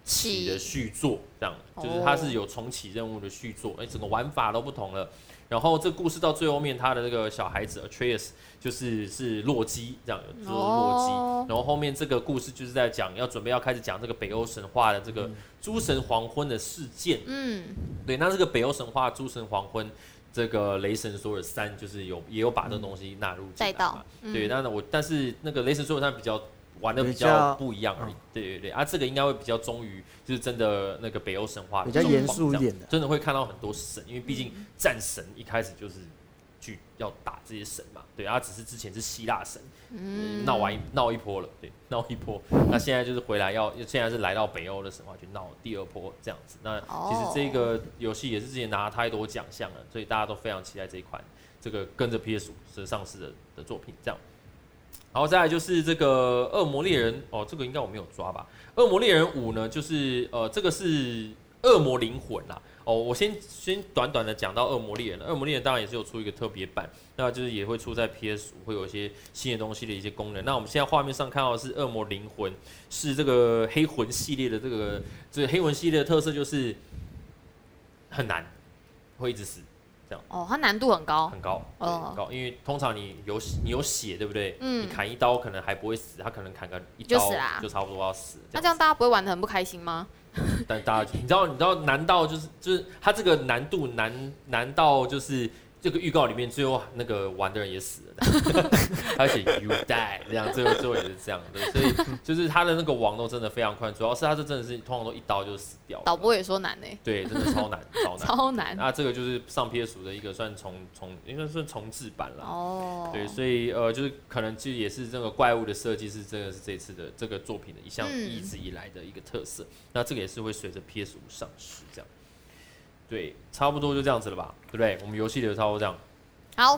[SPEAKER 2] 启
[SPEAKER 1] 起
[SPEAKER 2] 的续作，这样
[SPEAKER 1] 哦
[SPEAKER 2] 就是它是有重启任务的续作，哎、整个玩法都不同了。然后这故事到最后面，他的那个小孩子 Atreus 就是是洛基，这样就是洛基。
[SPEAKER 1] 哦
[SPEAKER 2] 然后后面这个故事就是在讲要准备要开始讲这个北欧神话的这个诸神黄昏的事件。
[SPEAKER 1] 嗯
[SPEAKER 2] 对，那这个北欧神话诸神黄昏，这个雷神索尔三就是有也有把这东西纳入进
[SPEAKER 1] 再
[SPEAKER 2] 来
[SPEAKER 1] 到
[SPEAKER 2] 嘛。对，但是我但是那个雷神索尔三比较玩的比
[SPEAKER 3] 嗯比
[SPEAKER 2] 较
[SPEAKER 3] 较嗯
[SPEAKER 2] 不一样而已。对对对，啊，这个应该会比较忠于就是真的那个北欧神话
[SPEAKER 3] 比较
[SPEAKER 2] 状况
[SPEAKER 3] 严肃一
[SPEAKER 2] 这样
[SPEAKER 3] 点的嗯
[SPEAKER 2] 真的会看到很多神，因为毕竟战神一开始就是去要打这些神嘛。对，啊，只是之前是希腊神，
[SPEAKER 1] 嗯
[SPEAKER 2] 闹完一闹一波了，对，闹一波。那现在就是回来要，现在是来到北欧的神话去闹第二波这样子。那其实
[SPEAKER 1] 哦
[SPEAKER 2] 这个游戏也是之前拿了太多奖项了，所以大家都非常期待这一款这个跟着 PS 五上市的的作品这样。然后再来就是这个《恶魔猎人》哦，这个应该我没有抓吧？《恶魔猎人五》呢，就是呃，这个是恶魔灵魂啦。哦，我先先短短的讲到《恶魔猎人》，《恶魔猎人》当然也是有出一个特别版，那就是也会出在 PS 五，会有一些新的东西的一些功能。那我们现在画面上看到的是《恶魔灵魂》，是这个黑魂系列的这个这个黑魂系列的特色就是很难，会一直死，
[SPEAKER 1] 哦，它难度很高，
[SPEAKER 2] 很高，对
[SPEAKER 1] 哦
[SPEAKER 2] 很高，因为通常你有血你有血，对不对？
[SPEAKER 1] 嗯
[SPEAKER 2] 你砍一刀可能还不会死，他可能砍个一
[SPEAKER 1] 就
[SPEAKER 2] 刀
[SPEAKER 1] 死啦
[SPEAKER 2] 就差不多要死。
[SPEAKER 1] 那这样大家不会玩的很不开心吗？
[SPEAKER 2] 但大家，你知道，你知道，难道就是就是它这个难度难难到就是这个预告里面最后那个玩的人也死了，而且 you die 这样，最后最后也是这样的，所以就是他的那个网络真的非常快，主要是他是真的是通常都一刀就死掉了，
[SPEAKER 1] 导播也说难欸呢、
[SPEAKER 2] 对，真的超难超难。啊
[SPEAKER 1] 超难
[SPEAKER 2] 那这个就是上 PS 的一个算重重，应该算重置版啦。
[SPEAKER 1] 哦。
[SPEAKER 2] 对，所以呃，就是可能其实也是这个怪物的设计是这个是这次的这个作品的一项
[SPEAKER 1] 嗯
[SPEAKER 2] 一直以来的一个特色。那这个也是会随着 PS 五上市这样。对，差不多就这样子了吧，对不对？我们游戏的差不多这样。
[SPEAKER 1] 好，